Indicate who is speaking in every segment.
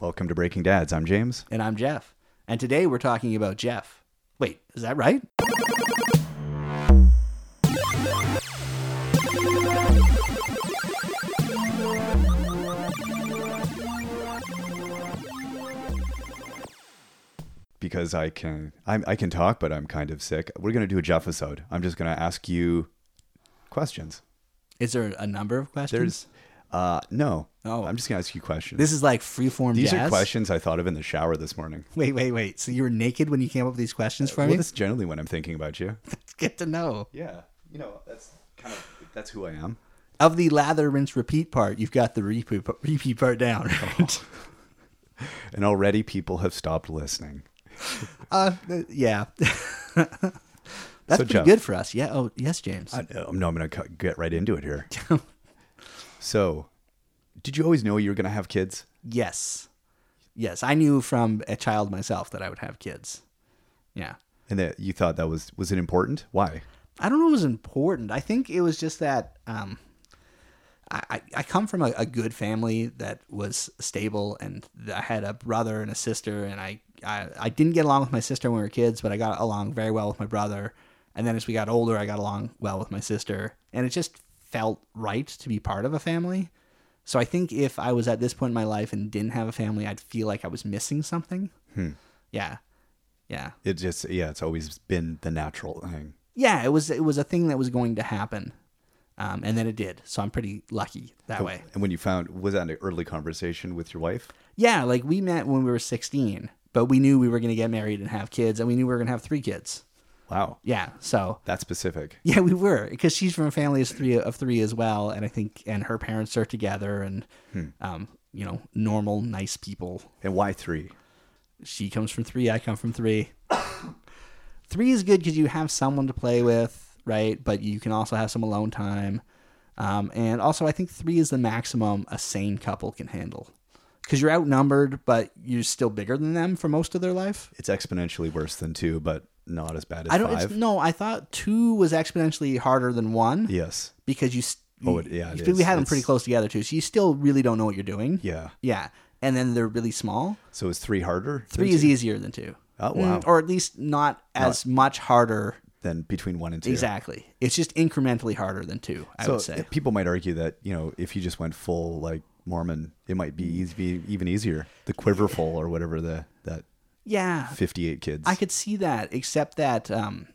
Speaker 1: Welcome to Breaking Dads. I'm James.
Speaker 2: And I'm Jeff. And today we're talking about Jeff. Wait, is that right?
Speaker 1: Because I can, I'm, I can talk, but I'm kind of sick. We're gonna do a Jeff episode. I'm just gonna ask you questions.
Speaker 2: Is there a number of
Speaker 1: There's,
Speaker 2: questions?
Speaker 1: uh, no,
Speaker 2: Oh.
Speaker 1: I'm just gonna ask you questions.
Speaker 2: this is like freeform
Speaker 1: These
Speaker 2: jazz.
Speaker 1: are questions I thought of in the shower this morning.
Speaker 2: Wait, wait, wait. So you were naked when you came up with these questions for
Speaker 1: Well,
Speaker 2: me?
Speaker 1: this Uh, is generally when I'm thinking about you.
Speaker 2: It's good to know.
Speaker 1: Yeah, you know that's kind of that's who I am.
Speaker 2: Of the lather, rinse, repeat part, you've got the repeat, repeat part down,
Speaker 1: Oh.
Speaker 2: right?
Speaker 1: And already people have stopped listening.
Speaker 2: uh, th- yeah. That's pretty
Speaker 1: Jeff.
Speaker 2: good for us. Yeah. Oh, yes, James.
Speaker 1: I, Um, no, I'm going to get right into it here. so, did you always know you were going to have kids?
Speaker 2: yes. Yes. I knew from a child myself that I would have kids. Yeah.
Speaker 1: And that you thought that was was it important? Why?
Speaker 2: I don't know. It was important. I think it was just that um, I, I- I come from a, a good family that was stable, and I had a brother and a sister, and I, I I didn't get along with my sister when we were kids, but I got along very well with my brother. And then as we got older, I got along well with my sister, and it just felt right to be part of a family. So I think if I was at this point in my life and didn't have a family, I'd feel like I was missing something. Yeah, yeah.
Speaker 1: It just yeah, it's always been the natural thing.
Speaker 2: yeah, it was it was a thing that was going to happen, um, and then it did. So I'm pretty lucky that way.
Speaker 1: And when you found was that an early conversation with your wife?
Speaker 2: Yeah, like we met when we were 16, but we knew we were going to get married and have kids, and we knew we were going to have three kids.
Speaker 1: Wow,
Speaker 2: Yeah, so
Speaker 1: that specific.
Speaker 2: yeah, we were because she's from a family of three of three as well, and I think and her parents are together and um, you know normal nice people.
Speaker 1: And why three?
Speaker 2: She comes from three, I come from three. three is good because you have someone to play with, right? But you can also have some alone time. Um, and also, I think three is the maximum a sane couple can handle because you're outnumbered, but you're still bigger than them for most of their life.
Speaker 1: It's exponentially worse than two, but not as bad as
Speaker 2: I don't.
Speaker 1: five.
Speaker 2: It's, no, I thought two was exponentially harder than one
Speaker 1: yes.
Speaker 2: because you. s-
Speaker 1: Oh, it- yeah, it
Speaker 2: you-
Speaker 1: is.
Speaker 2: we had them
Speaker 1: It's-
Speaker 2: pretty close together too, so you still really don't know what you're doing.
Speaker 1: Yeah.
Speaker 2: yeah, and then they're really small.
Speaker 1: So is three harder?
Speaker 2: Three
Speaker 1: than,
Speaker 2: is easier than two. Mm.
Speaker 1: Oh, wow.
Speaker 2: or at least not as much harder.
Speaker 1: than between one and two.
Speaker 2: Exactly. It's just incrementally harder than two. I would say.
Speaker 1: people might argue that you know if you just went full like Mormon, it might be, eas be even easier. The quiverful or whatever the that
Speaker 2: Yeah,
Speaker 1: fifty eight kids.
Speaker 2: I could see that. Except that um,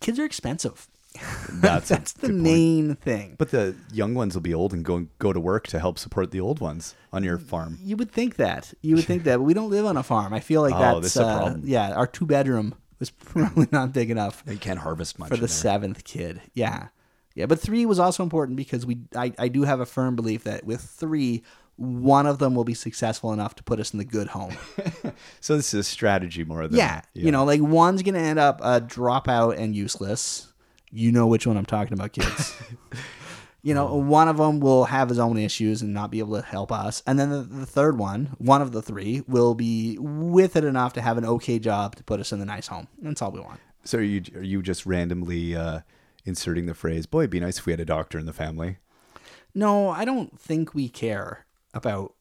Speaker 2: kids are expensive.
Speaker 1: That's a
Speaker 2: That's the
Speaker 1: good point.
Speaker 2: main thing.
Speaker 1: But the young ones will be old and go go to work to help support the old ones on your farm.
Speaker 2: You would think that. You would think that, but we don't live on a farm. I feel like
Speaker 1: Oh,
Speaker 2: that's
Speaker 1: this is a
Speaker 2: uh,
Speaker 1: problem.
Speaker 2: Yeah, our two bedroom was probably not big enough
Speaker 1: They can't harvest much
Speaker 2: for the seventh kid. Yeah, yeah. But three was also important because we. I, I do have a firm belief that with three, one of them will be successful enough to put us in the good home.
Speaker 1: So this is a strategy more than
Speaker 2: yeah, you know, like one's gonna end up a dropout and useless. You know which one I'm talking about, kids. you know, one of them will have his own issues and not be able to help us, and then the, the third one, one of the three, will be with it enough to have an okay job to put us in the nice home. That's all we want.
Speaker 1: So are you are you just randomly uh, inserting the phrase "Boy, it'd be nice if we had a doctor in the family."
Speaker 2: No, I don't think we care about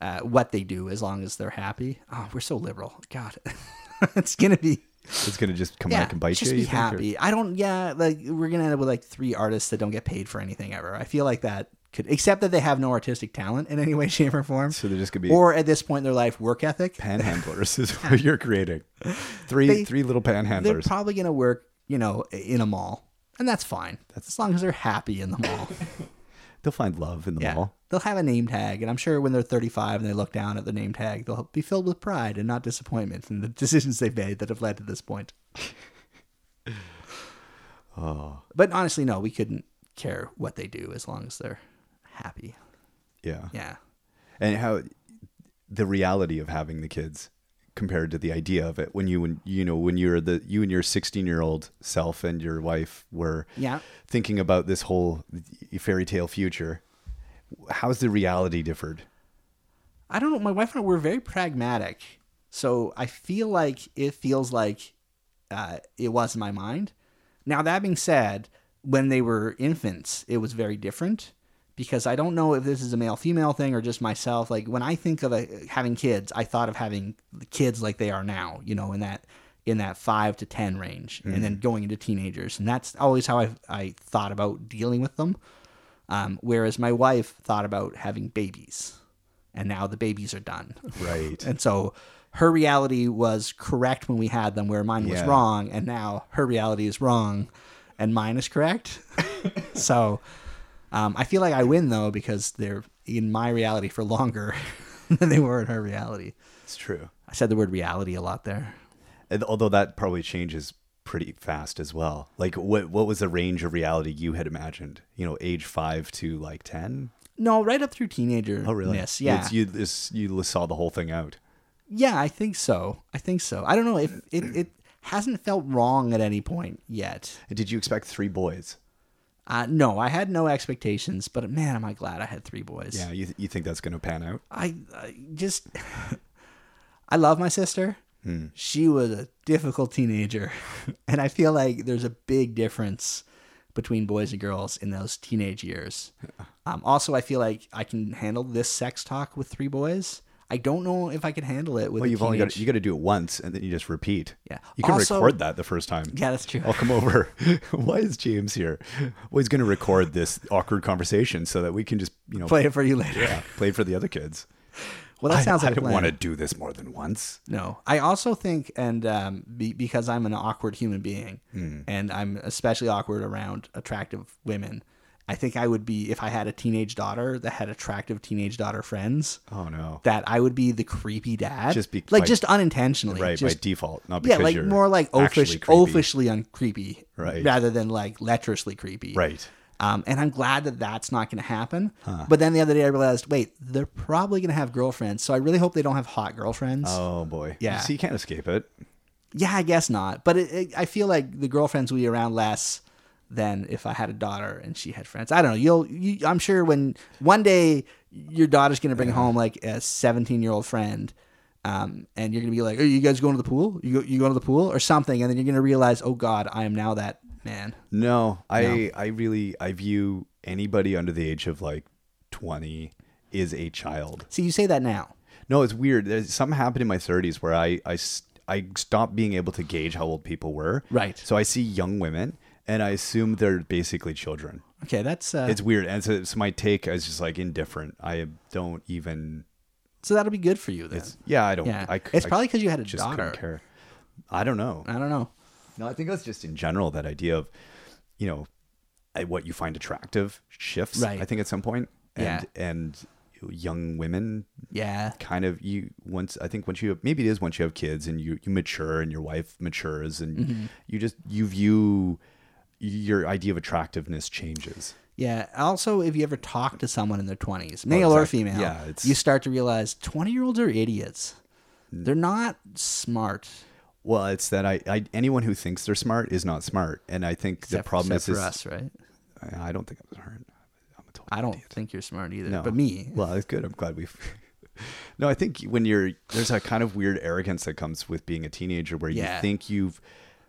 Speaker 2: uh, what they do as long as they're happy. Oh, we're so liberal. God, it's gonna be.
Speaker 1: It's gonna just come
Speaker 2: yeah,
Speaker 1: back and bite
Speaker 2: just
Speaker 1: you.
Speaker 2: be
Speaker 1: you think, or-
Speaker 2: happy. I don't. Yeah, like we're gonna end up with like three artists that don't get paid for anything ever. I feel like that could, except that they have no artistic talent in any way, shape, or form.
Speaker 1: So they're just gonna be
Speaker 2: or at this point in their life, work ethic.
Speaker 1: panhandlers is what you're creating. Three
Speaker 2: They-
Speaker 1: three little
Speaker 2: They're
Speaker 1: panhandlers.
Speaker 2: probably gonna work, you know, in a mall, and that's fine. as long as they're happy in the mall.
Speaker 1: They'll find love in the
Speaker 2: yeah,
Speaker 1: mall.
Speaker 2: they'll have a name tag, and I'm sure when they're 35 and they look down at the name tag, they'll be filled with pride and not disappointment in the decisions they've made that have led to this point.
Speaker 1: Oh,
Speaker 2: But honestly, no, we couldn't care what they do as long as they're happy.
Speaker 1: yeah.
Speaker 2: Yeah.
Speaker 1: And how the reality of having the kids compared to the idea of it when you when you know when you're the you and your 16 year old self and your wife were
Speaker 2: Yeah.
Speaker 1: thinking about this whole fairy tale future. How's the reality differed?
Speaker 2: I don't know. My wife and I we're very pragmatic, so I feel like it feels like uh, it was in my mind. Now that being said, when they were infants, it was very different because I don't know if this is a male female thing or just myself. Like when I think of a, having kids, I thought of having kids like they are now, you know, in that in that five to ten range, and then going into teenagers, and that's always how I I thought about dealing with them. Um, whereas my wife thought about having babies, and now the babies are done,
Speaker 1: Right.
Speaker 2: and so. Her reality was correct when we had them, where mine was
Speaker 1: Yeah.
Speaker 2: wrong, and now her reality is wrong, and mine is correct. so, um, I feel like I win though because they're in my reality for longer than they were in her reality.
Speaker 1: It's true.
Speaker 2: I said the word reality a lot there.
Speaker 1: And although that probably changes pretty fast as well. Like what what was the range of reality you had imagined? You know, age 5 to like 10?
Speaker 2: No, right up through teenager.
Speaker 1: Oh, really?
Speaker 2: Yes, yeah,
Speaker 1: It's, you this you saw the whole thing out.
Speaker 2: yeah. I think so. I think so. I don't know if it, it hasn't felt wrong at any point yet.
Speaker 1: Did you expect three boys?
Speaker 2: Uh, no, I had no expectations, but man, am I glad I had three boys.
Speaker 1: Yeah, you you think that's going to pan out?
Speaker 2: I, I just, I love my sister.
Speaker 1: Hmm.
Speaker 2: She was a difficult teenager. and I feel like there's a big difference between boys and girls in those teenage years. Um, also, I feel like I can handle this sex talk with three boys. I don't know if I could handle it with
Speaker 1: Well,
Speaker 2: a
Speaker 1: you've only got
Speaker 2: teenage-
Speaker 1: to, you got to do it once, and then you just repeat.
Speaker 2: Yeah.
Speaker 1: you can
Speaker 2: Also-
Speaker 1: record that the first time.
Speaker 2: Yeah, that's true.
Speaker 1: I'll come over. Why is James here? Well, he's going to record this awkward conversation so that we can just you know
Speaker 2: Play it for you later.
Speaker 1: yeah, play for the other kids.
Speaker 2: Well, that
Speaker 1: I-
Speaker 2: sounds
Speaker 1: I,
Speaker 2: like a
Speaker 1: don't
Speaker 2: plan.
Speaker 1: want to do this more than once.
Speaker 2: No, I also think, and um, be, because I'm an awkward human being,
Speaker 1: Hmm.
Speaker 2: and I'm especially awkward around attractive women. I think I would be if I had a teenage daughter that had attractive teenage daughter friends.
Speaker 1: Oh no!
Speaker 2: That I would be the creepy dad,
Speaker 1: Just be-
Speaker 2: like
Speaker 1: by-
Speaker 2: just unintentionally,
Speaker 1: right
Speaker 2: Just
Speaker 1: by default, not
Speaker 2: yeah,
Speaker 1: because
Speaker 2: like
Speaker 1: you're
Speaker 2: more like
Speaker 1: actually
Speaker 2: oafish,
Speaker 1: creepy.
Speaker 2: oafishly uncreepy,
Speaker 1: Right.
Speaker 2: rather than like lecherously creepy,
Speaker 1: Right.
Speaker 2: Um, and I'm glad that that's not going to happen. But then the other day I realized, wait, they're probably going to have girlfriends, so I really hope they don't have hot girlfriends.
Speaker 1: Oh boy!
Speaker 2: Yeah.
Speaker 1: so you can't escape it.
Speaker 2: Yeah, I guess not. But it, it, I feel like the girlfriends would be around less than if I had a daughter and she had friends. I don't know. You'll, you, I'm sure when one day your daughter's gonna bring home like a 17 year old friend, um, and you're gonna be like, "Are you guys going to the pool? You go, you going to the pool or something?" And then you're gonna realize, "Oh God, I am now that man."
Speaker 1: No, I I really I view anybody under the age of like twenty is a child.
Speaker 2: See, you say that now.
Speaker 1: No, it's weird. There's, something happened in my 30s where I, I, s- I stopped being able to gauge how old people were.
Speaker 2: Right.
Speaker 1: So I see young women and I assume they're basically children.
Speaker 2: Okay, that's uh,
Speaker 1: It's weird. And so, so my take is just like indifferent. I don't even,
Speaker 2: so that'll be good for you then.
Speaker 1: yeah, I don't,
Speaker 2: yeah,
Speaker 1: I, c-
Speaker 2: it's
Speaker 1: I
Speaker 2: probably because you had a
Speaker 1: just couldn't
Speaker 2: daughter. Uh.
Speaker 1: care. I don't know.
Speaker 2: I don't know.
Speaker 1: No, I think that's just in general that idea of, you know, I- what you find attractive shifts.
Speaker 2: Right.
Speaker 1: I think at some point,
Speaker 2: Yeah.
Speaker 1: and and young women
Speaker 2: Yeah,
Speaker 1: kind of you once I think once you have, maybe it is once you have kids and you you mature and your wife matures and
Speaker 2: Mm-hmm.
Speaker 1: you just you view your idea of attractiveness changes.
Speaker 2: Yeah. Also, if you ever talk to someone in their twenties, male or
Speaker 1: Oh, exactly.
Speaker 2: female,
Speaker 1: Yeah, it's- Mm.
Speaker 2: you start to realize twenty-year-olds are idiots. They're not smart.
Speaker 1: Well, it's that I, I anyone who thinks they're smart is not smart, and I think the
Speaker 2: except-
Speaker 1: problem is,
Speaker 2: except
Speaker 1: is
Speaker 2: for us, right?
Speaker 1: I don't think I'm smart. I'm a total
Speaker 2: I don't think you're smart either.
Speaker 1: No.
Speaker 2: But me,
Speaker 1: Well, that's good. I'm glad we've. no, I think when you're there's a kind of weird arrogance that comes with being a teenager where
Speaker 2: Yeah.
Speaker 1: you think you've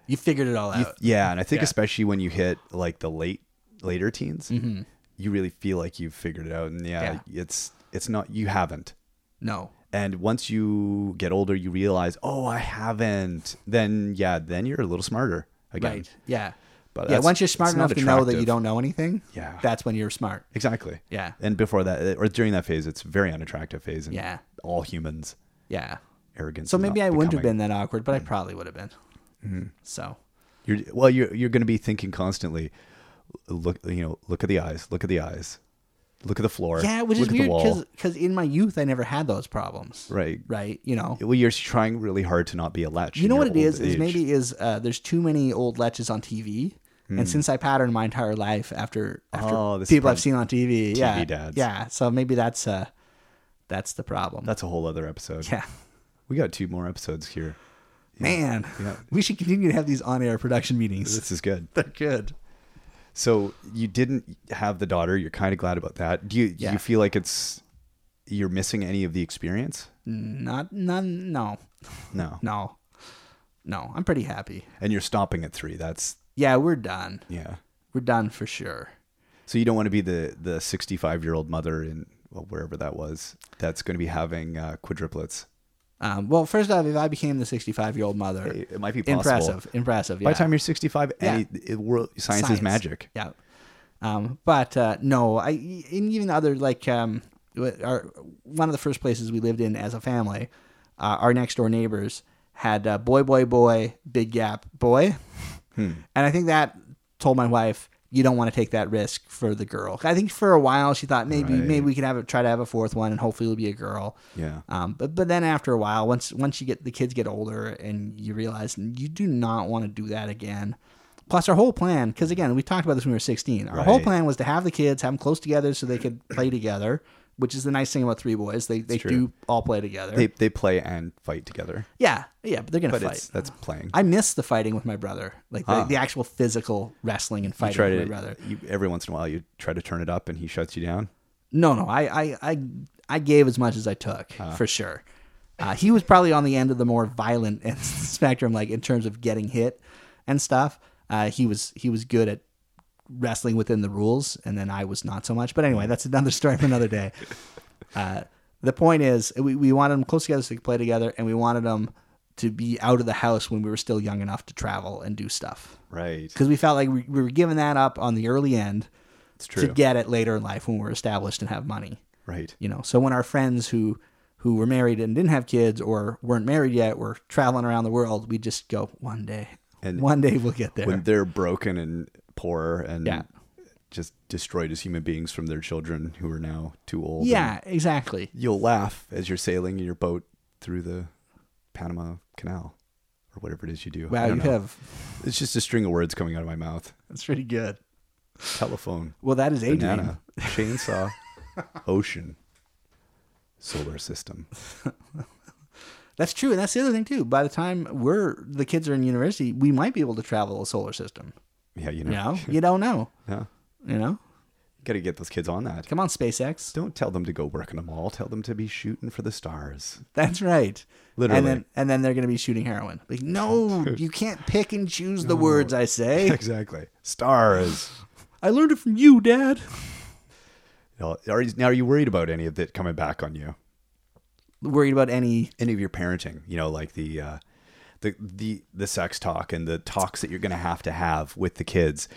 Speaker 2: you figured it all out.
Speaker 1: Yeah, and I think
Speaker 2: Uh, Yeah.
Speaker 1: especially when you hit like the late later teens,
Speaker 2: Mm-hmm.
Speaker 1: you really feel like you've figured it out, and yeah, it's it's not you haven't.
Speaker 2: no.
Speaker 1: And once you get older, you realize, oh, I haven't. Then yeah, then you're a little smarter again.
Speaker 2: Right. Yeah.
Speaker 1: But
Speaker 2: yeah.
Speaker 1: that's-
Speaker 2: Once you're smart
Speaker 1: it's not
Speaker 2: enough to know that you
Speaker 1: attractive.
Speaker 2: don't know anything,
Speaker 1: Yeah.
Speaker 2: that's when you're smart.
Speaker 1: Exactly.
Speaker 2: Yeah.
Speaker 1: And before that, uh, or during that phase, it's a very unattractive phase. And
Speaker 2: Yeah.
Speaker 1: All humans
Speaker 2: Yeah.
Speaker 1: arrogance.
Speaker 2: So
Speaker 1: is
Speaker 2: maybe
Speaker 1: not
Speaker 2: I wouldn't have
Speaker 1: becoming- Mm. Mm-hmm.
Speaker 2: been that awkward, but I probably would have been. So
Speaker 1: You're well. You're you're going to be thinking constantly. Look, you know, look at the eyes. Look at the eyes. Look at the floor.
Speaker 2: yeah, which
Speaker 1: look
Speaker 2: is
Speaker 1: at the wall.
Speaker 2: weird because in my youth I never had those problems.
Speaker 1: Right.
Speaker 2: Right. You know.
Speaker 1: Well, you're trying really hard to not be a lech.
Speaker 2: You know what it is? Is maybe is uh, there's too many old leches on TV, and since I patterned my entire life after after
Speaker 1: Hmm. Oh, this is
Speaker 2: people I've
Speaker 1: from
Speaker 2: seen on TV, yeah,
Speaker 1: dads.
Speaker 2: yeah. So maybe that's uh, that's the problem.
Speaker 1: that's a whole other episode.
Speaker 2: yeah,
Speaker 1: We got two more episodes here.
Speaker 2: man. We should continue to have these on-air production meetings.
Speaker 1: This is good.
Speaker 2: They're good.
Speaker 1: So you didn't have the daughter. You're kind of glad about that. Do you? do
Speaker 2: Yeah.
Speaker 1: You feel like it's you're missing any of the experience?
Speaker 2: Not none. No,
Speaker 1: No.
Speaker 2: no, no. I'm pretty happy.
Speaker 1: And you're stopping at three. That's
Speaker 2: Yeah, we're done.
Speaker 1: yeah.
Speaker 2: We're done for sure.
Speaker 1: So you don't want to be the the 65 year old mother in well, wherever that was that's going to be having uh, quadruplets.
Speaker 2: Um, well, first off, if I became the 65 year old mother,
Speaker 1: It, it might be possible.
Speaker 2: impressive, impressive. Yeah.
Speaker 1: By the time you're 65, any, it, world, science, is
Speaker 2: Science.
Speaker 1: magic.
Speaker 2: Yeah. Um, but uh, no, I and even other like um, w- our, one of the first places we lived in as a family, uh, our next door neighbors had uh, boy, boy, boy, big gap, boy,
Speaker 1: Hmm.
Speaker 2: and I think that told my wife you don't want to take that risk for the girl. I think for a while she thought maybe
Speaker 1: Right.
Speaker 2: maybe we could have it try to have a fourth one and hopefully it'll be a girl.
Speaker 1: Yeah.
Speaker 2: Um, but but then after a while, once once you get the kids get older and you realize you do not want to do that again. Plus, our whole plan, because again, we talked about this when we were sixteen. Our whole
Speaker 1: Right.
Speaker 2: plan was to have the kids, have them close together, so they could play together. Which is the nice thing about three boys; they they
Speaker 1: true.
Speaker 2: do all play together.
Speaker 1: They, they play and fight together,
Speaker 2: yeah, yeah, but they're gonna
Speaker 1: but
Speaker 2: fight.
Speaker 1: it's that's playing.
Speaker 2: I miss the fighting with my brother, like the,
Speaker 1: Ah.
Speaker 2: the actual physical wrestling and
Speaker 1: You
Speaker 2: fighting
Speaker 1: try
Speaker 2: with my
Speaker 1: to
Speaker 2: brother.
Speaker 1: you, every once in a while you try to turn it up and he shuts you down.
Speaker 2: No, no, I, I, I, I gave as much as I took for sure. Uh, he was probably on the end of the more violent end of the spectrum, like in terms of getting hit and stuff. Uh, he was he was good at wrestling within the rules, and then I was not so much. But anyway, that's another story for another day. Uh, the point is, we, we wanted them close together so they could play together, and we wanted them to be out of the house when we were still young enough to travel and do stuff
Speaker 1: Right.
Speaker 2: because we felt like we, we were giving that up on the early end
Speaker 1: It's true.
Speaker 2: to get it later in life when we're established and have money
Speaker 1: right.
Speaker 2: you know so when our friends who who were married and didn't have kids or weren't married yet were traveling around the world we just go one day
Speaker 1: And
Speaker 2: one day we'll get there
Speaker 1: When they're broken and poor and
Speaker 2: Yeah.
Speaker 1: just destroyed as human beings from their children who are now too old. and-
Speaker 2: yeah exactly
Speaker 1: you'll laugh as you're sailing in your boat through the Panama Canal or whatever it is you do. I
Speaker 2: wow you
Speaker 1: don't know.
Speaker 2: have
Speaker 1: It's just a string of words coming out of my mouth.
Speaker 2: that's pretty good
Speaker 1: Telephone,
Speaker 2: well that is adrian
Speaker 1: banana, chainsaw, ocean, solar system.
Speaker 2: that's true and that's the other thing too by the time we're the kids are in university we might be able to travel the solar system
Speaker 1: Yeah, you know.
Speaker 2: you know you don't know
Speaker 1: Yeah.
Speaker 2: you know
Speaker 1: Got to get those kids on that.
Speaker 2: come on spacex
Speaker 1: Don't tell them to go work in a mall. Tell them to be shooting for the stars.
Speaker 2: that's right and
Speaker 1: Literally.
Speaker 2: then and then they're going to be shooting heroin like no you can't pick and choose the words i say
Speaker 1: exactly. Stars.
Speaker 2: i learned it from you dad
Speaker 1: Now, Are you, now, are you worried about any of that coming back on you?
Speaker 2: worried about any
Speaker 1: any of your parenting you know like the uh the the the sex talk and the talks that you're going to have to have with the kids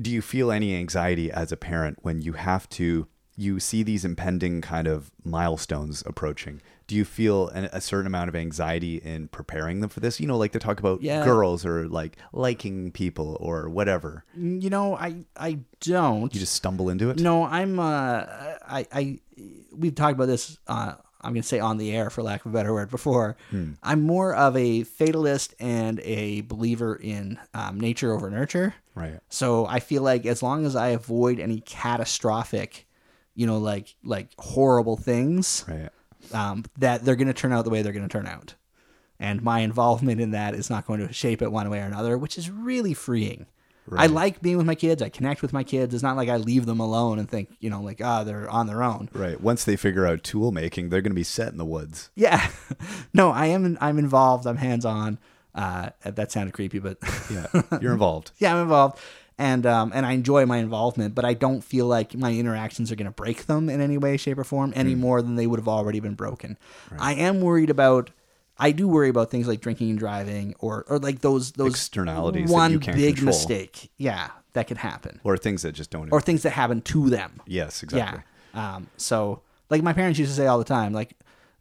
Speaker 1: do you feel any anxiety as a parent when you have to you see these impending kind of milestones approaching do you feel an, a certain amount of anxiety in preparing them for this you know like they talk about
Speaker 2: Yeah.
Speaker 1: girls or like liking people or whatever
Speaker 2: you know i i don't
Speaker 1: you just stumble into it
Speaker 2: no i'm uh i i we've talked about this uh i'm gonna say on the air for lack of a better word before
Speaker 1: Hmm.
Speaker 2: i'm more of a fatalist and a believer in um, nature over nurture
Speaker 1: right
Speaker 2: so i feel like as long as i avoid any catastrophic you know like like horrible things
Speaker 1: right
Speaker 2: um, that they're going to turn out the way they're going to turn out. And my involvement in that is not going to shape it one way or another, which is really freeing. I
Speaker 1: Right.
Speaker 2: like being with my kids. I connect with my kids. It's not like I leave them alone and think, you know, like, ah, they're on their own.
Speaker 1: right once they figure out tool making they're going to be set in the woods
Speaker 2: Yeah. no, I am, I'm involved. I'm hands on. Uh, that sounded creepy, but
Speaker 1: yeah you're involved
Speaker 2: yeah, I'm involved. And, um, and I enjoy my involvement, but I don't feel like my interactions are going to break them in any way, shape, or form
Speaker 1: Mm.
Speaker 2: any more than they would have already been broken. I am worried about, I do worry about things like drinking and driving or, or like those, those
Speaker 1: Externalities that
Speaker 2: one
Speaker 1: you can't
Speaker 2: big
Speaker 1: control.
Speaker 2: mistake. Yeah. That could happen
Speaker 1: or things that just don't
Speaker 2: or things that happen to them.
Speaker 1: Yes, exactly.
Speaker 2: Yeah. Um, so like my parents used to say all the time, like,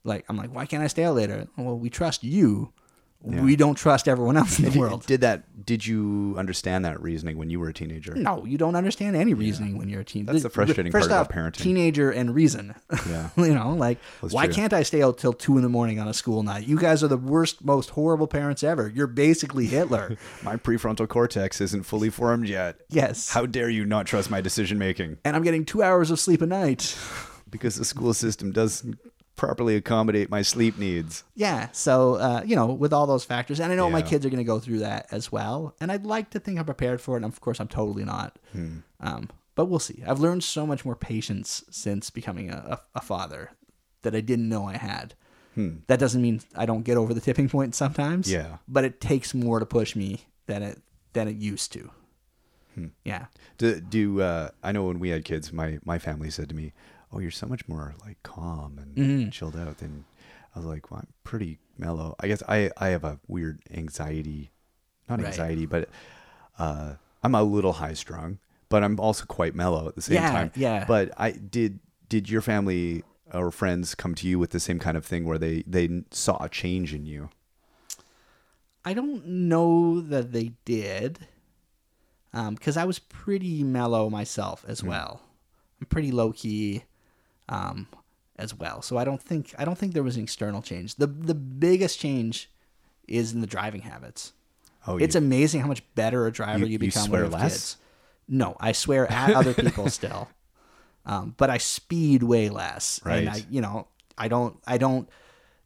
Speaker 2: like, I'm like, why can't I stay out later? Well, we trust you. We don't trust everyone else in the
Speaker 1: Did-
Speaker 2: world.
Speaker 1: Did that? Did you understand that reasoning when you were a teenager?
Speaker 2: No, you don't understand any reasoning when you're a teen.
Speaker 1: That's the frustrating
Speaker 2: first
Speaker 1: part
Speaker 2: off,
Speaker 1: about parenting.
Speaker 2: Teenager and reason.
Speaker 1: Yeah.
Speaker 2: you know, like
Speaker 1: That's
Speaker 2: why
Speaker 1: true.
Speaker 2: can't I stay out till two in the morning on a school night? You guys are the worst, most horrible parents ever. You're basically Hitler.
Speaker 1: My prefrontal cortex isn't fully formed yet.
Speaker 2: yes.
Speaker 1: How dare you not trust my decision making?
Speaker 2: and I'm getting two hours of sleep a night.
Speaker 1: Because the school system doesn't properly accommodate my sleep needs.
Speaker 2: Yeah. So, uh, you know, with all those factors, and I know my
Speaker 1: Yeah.
Speaker 2: kids are going to go through that as well. And I'd like to think I'm prepared for it. And of course, I'm totally not.
Speaker 1: Hmm.
Speaker 2: Um, but we'll see. I've learned so much more patience since becoming a, a, a father that I didn't know I had. That doesn't mean I don't get over the tipping point sometimes.
Speaker 1: Hmm. Yeah.
Speaker 2: But it takes more to push me than it than it used to.
Speaker 1: Hmm.
Speaker 2: Yeah.
Speaker 1: Do, do uh, I know when we had kids, my my family said to me, "Oh, you're so much more like calm and
Speaker 2: Mm-hmm.
Speaker 1: chilled out." than I was like, "Well, I'm pretty mellow." I guess I I have a weird anxiety, not
Speaker 2: Right.
Speaker 1: anxiety, but uh, I'm a little high strung, but I'm also quite mellow at the same
Speaker 2: Yeah,
Speaker 1: time.
Speaker 2: yeah.
Speaker 1: But I did did your family or friends come to you with the same kind of thing where they they saw a change in you?
Speaker 2: I don't know that they did, because I was pretty mellow myself as well. I'm pretty low key, um, as well. So I don't think I don't think there was an external change. the The biggest change is in the driving habits.
Speaker 1: Oh,
Speaker 2: it's
Speaker 1: you,
Speaker 2: amazing how much better a driver
Speaker 1: you-
Speaker 2: you,
Speaker 1: you
Speaker 2: become
Speaker 1: swear
Speaker 2: when you have
Speaker 1: less?
Speaker 2: kids. No, I swear at other people still, um, but I speed way less.
Speaker 1: Right.
Speaker 2: And I, you know, I don't, I don't.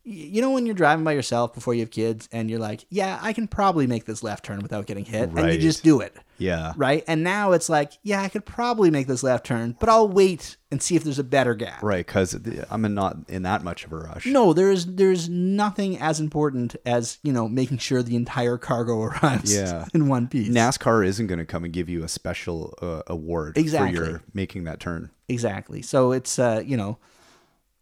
Speaker 2: y- You know, when you're driving by yourself before you have kids, and you're like, "Yeah, I can probably make this left turn without getting hit," and you
Speaker 1: Right.
Speaker 2: just do it,
Speaker 1: yeah.
Speaker 2: right? And now it's like, "Yeah, I could probably make this left turn, but I'll wait and see if there's a better gap."
Speaker 1: Right, because I'm not in that much of a rush.
Speaker 2: No, there is there's nothing as important as you know making sure the entire cargo arrives
Speaker 1: Yeah.
Speaker 2: in one piece.
Speaker 1: NASCAR isn't going to come and give you a special uh, award
Speaker 2: Exactly.
Speaker 1: for your making that turn.
Speaker 2: Exactly. So it's uh, you know,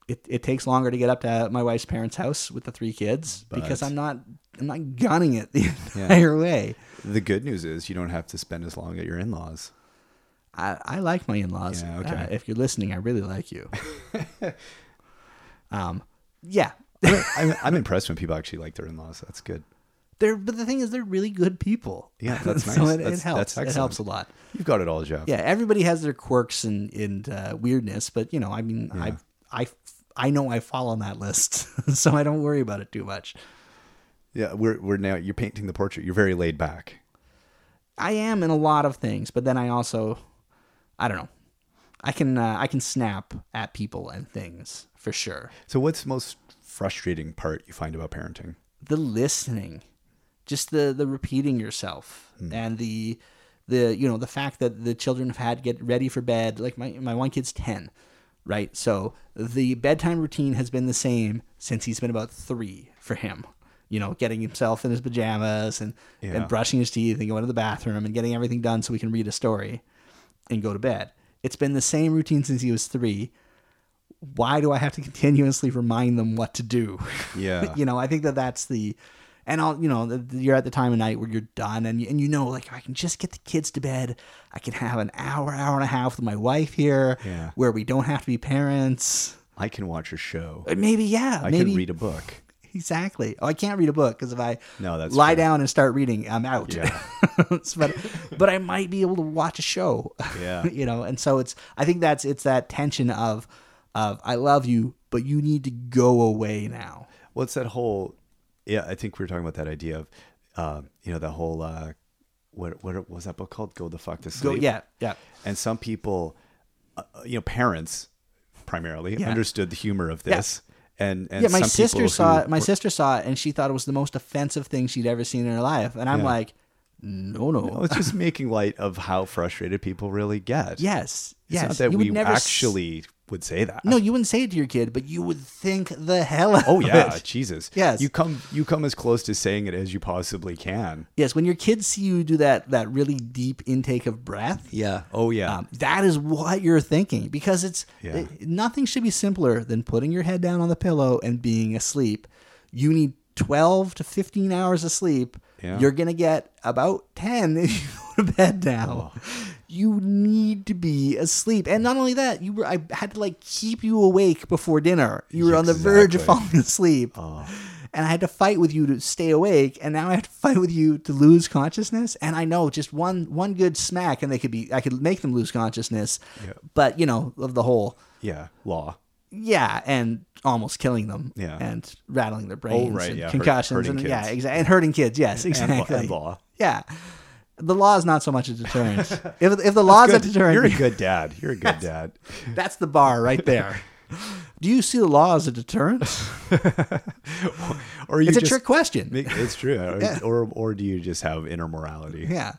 Speaker 2: it, it takes longer to get up to my wife's parents' house with the three kids because I'm not I'm not gunning it the entire way.
Speaker 1: The good news is you don't have to spend as long at your in-laws.
Speaker 2: I, I like my in-laws.
Speaker 1: Yeah, okay.
Speaker 2: Uh, if you're listening, I really like you. um, yeah.
Speaker 1: I'm, I'm, I'm impressed when people actually like their in-laws. That's good.
Speaker 2: They're but the thing is they're really good people.
Speaker 1: Yeah, that's
Speaker 2: so
Speaker 1: nice.
Speaker 2: it,
Speaker 1: That's-
Speaker 2: it helps.
Speaker 1: that's
Speaker 2: it helps a
Speaker 1: excellent.
Speaker 2: lot.
Speaker 1: You've got it all, Jeff.
Speaker 2: Yeah, everybody has their quirks and and uh, weirdness, but you know, I mean, I I I know I fall on that list, so I don't worry about it too much.
Speaker 1: Yeah, we're we're now you're painting the portrait. You're very laid back.
Speaker 2: I am in a lot of things, but then I also, I don't know, I can uh, I can snap at people and things for sure.
Speaker 1: So what's the most frustrating part you find about parenting?
Speaker 2: The listening, just the the repeating yourself
Speaker 1: Hmm.
Speaker 2: and the the you know the fact that the children have had to get ready for bed. Like my my one kid's ten, right? So the bedtime routine has been the same since he's been about three for him. You know, getting himself in his pajamas and
Speaker 1: Yeah.
Speaker 2: and brushing his teeth and going to the bathroom and getting everything done so we can read a story. and go to bed. It's been the same routine since he was three. Why do I have to continuously remind them what to do?
Speaker 1: Yeah.
Speaker 2: you know, I think that that's the, and I'll, you know, the, the- you're at the time of night where you're done and you, and you know, like, if I can just get the kids to bed, I can have an hour, hour and a half with my wife here
Speaker 1: Yeah.
Speaker 2: where we don't have to be parents.
Speaker 1: I can watch a show.
Speaker 2: But maybe, yeah,
Speaker 1: I
Speaker 2: maybe.
Speaker 1: can read a book.
Speaker 2: Exactly. Oh, I can't read a book because if I
Speaker 1: No, that's
Speaker 2: lie
Speaker 1: fair.
Speaker 2: down and start reading, I'm out.
Speaker 1: Yeah.
Speaker 2: but but I might be able to watch a show.
Speaker 1: Yeah.
Speaker 2: you know, and so it's I think that's it's that tension of of I love you, but you need to go away now.
Speaker 1: Well, it's that whole. Yeah, I think we were talking about that idea of, um, you know, the whole. Uh, what what was that book called? Go the fuck to
Speaker 2: Go
Speaker 1: sleep.
Speaker 2: yeah, yeah.
Speaker 1: And some people, uh, you know, parents primarily
Speaker 2: Yeah.
Speaker 1: understood the humor of this. And, and
Speaker 2: yeah, my
Speaker 1: some
Speaker 2: sister
Speaker 1: people
Speaker 2: saw
Speaker 1: who
Speaker 2: it. My sister saw it, and she thought it was the most offensive thing she'd ever seen in her life. And I'm
Speaker 1: Yeah.
Speaker 2: like, no, no,
Speaker 1: Well, it's just making light of how frustrated people really get.
Speaker 2: yes,
Speaker 1: it's
Speaker 2: yes.
Speaker 1: not that
Speaker 2: you
Speaker 1: we
Speaker 2: would never s-
Speaker 1: actually would say that.
Speaker 2: No, you wouldn't say it to your kid, but you would think the hell out
Speaker 1: Oh
Speaker 2: of
Speaker 1: yeah,
Speaker 2: it.
Speaker 1: Jesus.
Speaker 2: Yes.
Speaker 1: You come you come as close to saying it as you possibly can.
Speaker 2: Yes, when your kids see you do that that really deep intake of breath,
Speaker 1: Yeah. Oh yeah.
Speaker 2: um, that is what you're thinking because it's
Speaker 1: Yeah.
Speaker 2: it- nothing should be simpler than putting your head down on the pillow and being asleep. You need 12 to 15 hours of sleep.
Speaker 1: Yeah.
Speaker 2: You're going to get about 10 if you go to bed now.
Speaker 1: Oh.
Speaker 2: You need to be asleep. And not only that, you were I had to like keep you awake before dinner. You were on the verge of
Speaker 1: Exactly. Oh.
Speaker 2: falling asleep. And I had to fight with you to stay awake, and now I have to fight with you to lose consciousness. And I know just one one good smack, and they could be I could make them lose consciousness.
Speaker 1: Yeah.
Speaker 2: But you know of the whole,
Speaker 1: yeah. Law.
Speaker 2: yeah, and almost killing them,
Speaker 1: Yeah. Oh,
Speaker 2: and rattling their brains,
Speaker 1: right,
Speaker 2: and
Speaker 1: yeah, hurt-
Speaker 2: concussions,
Speaker 1: hurting
Speaker 2: and yeah,
Speaker 1: kids.
Speaker 2: exactly, and hurting kids. Yes,
Speaker 1: And,
Speaker 2: exactly.
Speaker 1: and law.
Speaker 2: Yeah, the law is not so much a deterrent. if if the law is a
Speaker 1: Good-
Speaker 2: deterrent,
Speaker 1: You're a good dad. You're a good dad.
Speaker 2: that's the bar right there. Do you see the law as a deterrent?
Speaker 1: Or you
Speaker 2: It's a
Speaker 1: just
Speaker 2: trick question.
Speaker 1: make- it's true. Or, or or do you just have inner morality?
Speaker 2: Yeah.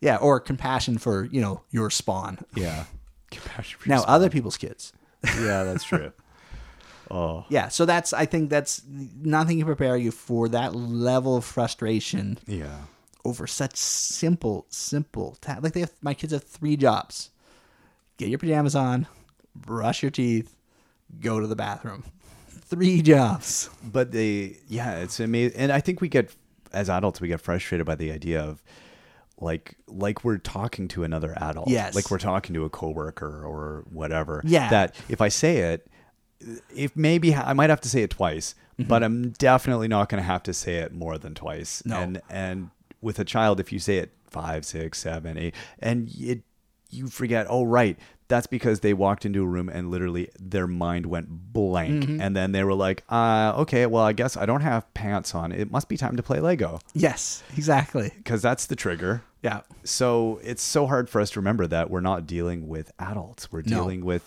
Speaker 2: Yeah, or compassion for, you know, your spawn.
Speaker 1: Yeah. Compassion for
Speaker 2: Now,
Speaker 1: yourself.
Speaker 2: other people's kids.
Speaker 1: yeah, that's true.
Speaker 2: Yeah, so that's I think that's nothing can prepare you for that level of frustration
Speaker 1: Yeah.
Speaker 2: over such simple, simple ta- like they have my kids have three jobs: get your pajamas on, brush your teeth, go to the bathroom. Three jobs.
Speaker 1: but they yeah it's amazing and i think we get as adults we get frustrated by the idea of like like we're talking to another adult
Speaker 2: Yes.
Speaker 1: like we're talking to a coworker or whatever
Speaker 2: Yeah.
Speaker 1: that if i say it if maybe i might have to say it twice
Speaker 2: Mm-hmm.
Speaker 1: but i'm definitely not going to have to say it more than twice
Speaker 2: No.
Speaker 1: and and with a child if you say it five six seven eight and it you forget oh right that's because they walked into a room and literally their mind went blank
Speaker 2: Mm-hmm.
Speaker 1: and then they were like uh, okay well i guess i don't have pants on it must be time to play lego
Speaker 2: Yes, exactly.
Speaker 1: because that's the trigger
Speaker 2: Yeah.
Speaker 1: so it's so hard for us to remember that we're not dealing with adults we're
Speaker 2: No.
Speaker 1: dealing with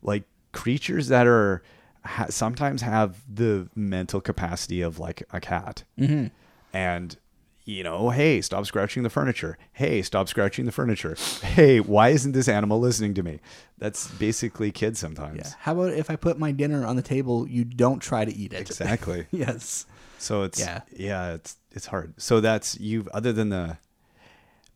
Speaker 1: like creatures that are ha- sometimes have the mental capacity of like a cat mm-hmm. and you know hey stop scratching the furniture hey stop scratching the furniture hey why isn't this animal listening to me that's basically kids sometimes
Speaker 2: Yeah. How about if I put my dinner on the table, you don't try to eat it.
Speaker 1: exactly
Speaker 2: yes.
Speaker 1: So it's
Speaker 2: Yeah.
Speaker 1: yeah, it's it's hard. So that's you've other than the,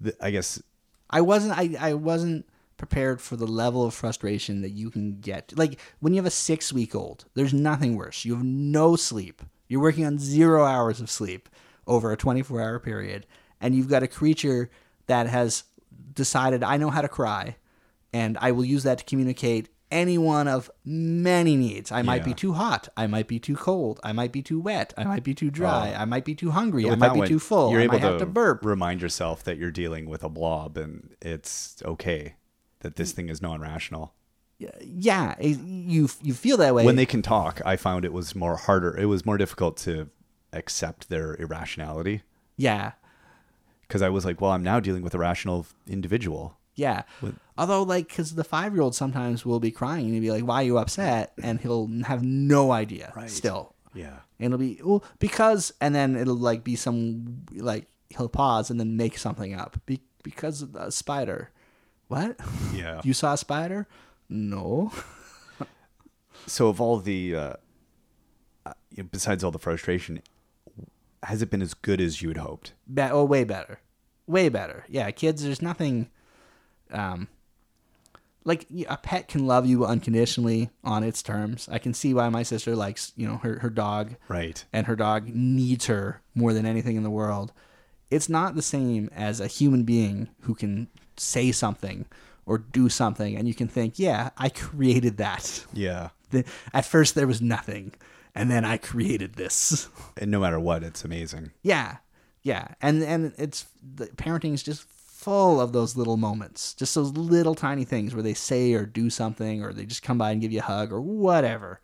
Speaker 1: the I guess
Speaker 2: I wasn't I, I wasn't prepared for the level of frustration that you can get. Like when you have a six week old, there's nothing worse. You have no sleep. You're working on zero hours of sleep over a twenty four hour period, and you've got a creature that has decided I know how to cry and I will use that to communicate any one of many needs. I might be
Speaker 1: Yeah.
Speaker 2: too hot. I might be too cold. I might be too wet. I might be too dry.
Speaker 1: Oh.
Speaker 2: I might be too hungry. I
Speaker 1: with
Speaker 2: might
Speaker 1: that
Speaker 2: be
Speaker 1: one,
Speaker 2: too full.
Speaker 1: You're
Speaker 2: I
Speaker 1: able
Speaker 2: might have to burp.
Speaker 1: Remind yourself that you're dealing with a blob and it's okay that this thing is non-rational.
Speaker 2: yeah, it- you you feel that way
Speaker 1: When they can talk, I found it was more harder. It was more difficult to accept their irrationality
Speaker 2: Yeah,
Speaker 1: because I was like, well, I'm now dealing with a rational individual.
Speaker 2: yeah. Although, like, because the five year old sometimes will be crying and be like, "Why are you upset?" and he'll have no idea still,
Speaker 1: Yeah.
Speaker 2: and it'll be well because, and then it'll like be some like he'll pause and then make something up be, because of the spider. What?
Speaker 1: Yeah.
Speaker 2: you saw a spider? No.
Speaker 1: so of all the uh, uh, besides all the frustration, has it been as good as you had hoped?
Speaker 2: Be- oh, way better, way better. Yeah, kids, there's nothing. Um, like y- a pet can love you unconditionally on its terms. I can see why my sister likes you know her her dog,
Speaker 1: Right.
Speaker 2: and her dog needs her more than anything in the world. It's not the same as a human being who can say something or do something, and you can think, yeah, I created that.
Speaker 1: Yeah.
Speaker 2: The- At first, there was nothing, and then I created this.
Speaker 1: And no matter what, it's amazing.
Speaker 2: Yeah, yeah, and and it's the parenting is just full of those little moments, just those little tiny things where they say or do something, or they just come by and give you a hug or whatever,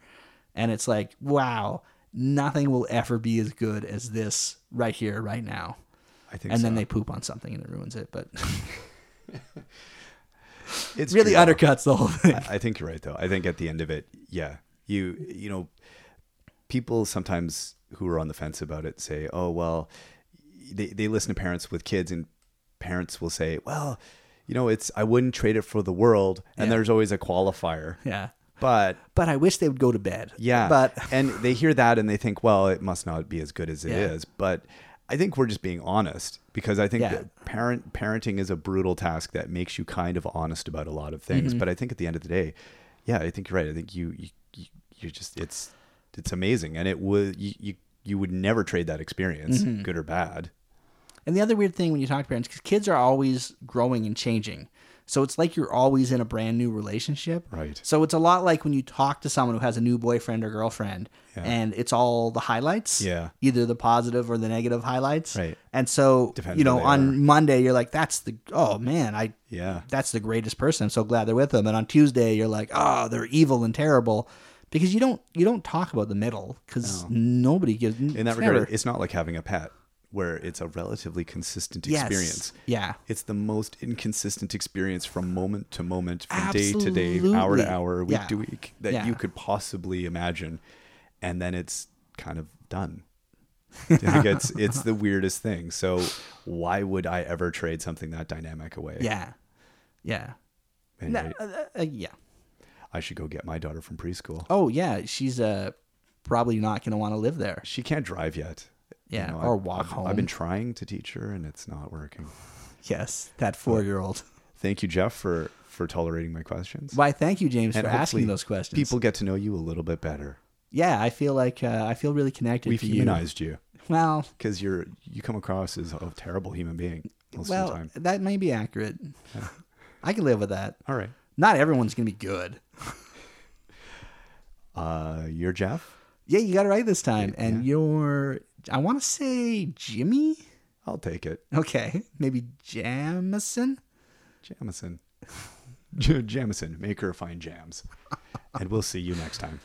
Speaker 2: and it's like, wow, nothing will ever be as good as this right here, right now.
Speaker 1: I think
Speaker 2: And
Speaker 1: so.
Speaker 2: then they poop on something and it ruins it, but
Speaker 1: it's true,
Speaker 2: really
Speaker 1: though.
Speaker 2: undercuts the whole thing.
Speaker 1: I think you're right though. I think at the end of it, yeah, you you know, people sometimes who are on the fence about it say, "Oh well," they they listen to parents with kids, and parents will say, "Well, you know, it's I wouldn't trade it for the world," and
Speaker 2: Yeah.
Speaker 1: there's always a qualifier,
Speaker 2: yeah,
Speaker 1: but.
Speaker 2: but I wish they would go to bed.
Speaker 1: Yeah.
Speaker 2: but
Speaker 1: and they hear that and they think, well, it must not be as good as it is.
Speaker 2: Yeah.
Speaker 1: But I think we're just being honest because I think
Speaker 2: Yeah.
Speaker 1: that parent parenting is a brutal task that makes you kind of honest about a lot of
Speaker 2: Mm-hmm.
Speaker 1: things. But I think at the end of the day, yeah, I think you're right. I think you you you- you just it's it's amazing, and it would you you, you would never trade that experience,
Speaker 2: Mm-hmm.
Speaker 1: good or bad.
Speaker 2: And the other weird thing when you talk to parents, because kids are always growing and changing. So it's like you're always in a brand new relationship.
Speaker 1: Right.
Speaker 2: So it's a lot like when you talk to someone who has a new boyfriend or girlfriend
Speaker 1: Yeah.
Speaker 2: and it's all the highlights.
Speaker 1: Yeah.
Speaker 2: Either the positive or the negative highlights.
Speaker 1: Right.
Speaker 2: And so,
Speaker 1: Depends
Speaker 2: you know,
Speaker 1: who they
Speaker 2: on
Speaker 1: are.
Speaker 2: Monday, you're like, that's the, oh man, I,
Speaker 1: Yeah,
Speaker 2: that's the greatest person. I'm so glad they're with them. And on Tuesday, you're like, oh, they're evil and terrible. Because you don't you don't talk about the middle because nobody gives
Speaker 1: in that regard, it's not like having a pet where it's a relatively consistent experience.
Speaker 2: Yeah,
Speaker 1: It's the most inconsistent experience from moment to moment, from day to day,
Speaker 2: Absolutely.
Speaker 1: hour to hour, week
Speaker 2: Yeah.
Speaker 1: to week that
Speaker 2: Yeah.
Speaker 1: you could possibly imagine. And then it's kind of done. like it's it's the weirdest thing. So why would I ever trade something that dynamic away?
Speaker 2: yeah, yeah.
Speaker 1: And
Speaker 2: No,
Speaker 1: I,
Speaker 2: uh, uh, uh, yeah.
Speaker 1: I should go get my daughter from preschool.
Speaker 2: Oh yeah, she's uh probably not going to want to live there.
Speaker 1: She can't drive yet.
Speaker 2: Yeah,
Speaker 1: know,
Speaker 2: or
Speaker 1: I've-
Speaker 2: walk
Speaker 1: I've-
Speaker 2: home.
Speaker 1: I've been trying to teach her and it's not working.
Speaker 2: yes, that four year old.
Speaker 1: Thank you, Jeff, for for tolerating my questions.
Speaker 2: Why? Thank you, James,
Speaker 1: And
Speaker 2: for
Speaker 1: hopefully
Speaker 2: asking those questions.
Speaker 1: People get to know you a little bit better.
Speaker 2: yeah, I feel like uh, I feel really connected
Speaker 1: We've
Speaker 2: to
Speaker 1: humanized you
Speaker 2: you. Well,
Speaker 1: because you're you come across as a terrible human being most
Speaker 2: well,
Speaker 1: of the time.
Speaker 2: that may be accurate. I can live with that.
Speaker 1: All right,
Speaker 2: Not everyone's gonna be good.
Speaker 1: uh, you're Jeff.
Speaker 2: Yeah, you got it right this time. And you're, I want to say Jimmy.
Speaker 1: I'll take it.
Speaker 2: Okay, maybe Jamison.
Speaker 1: Jamison. J- Jamison, maker of fine jams. And we'll see you next time.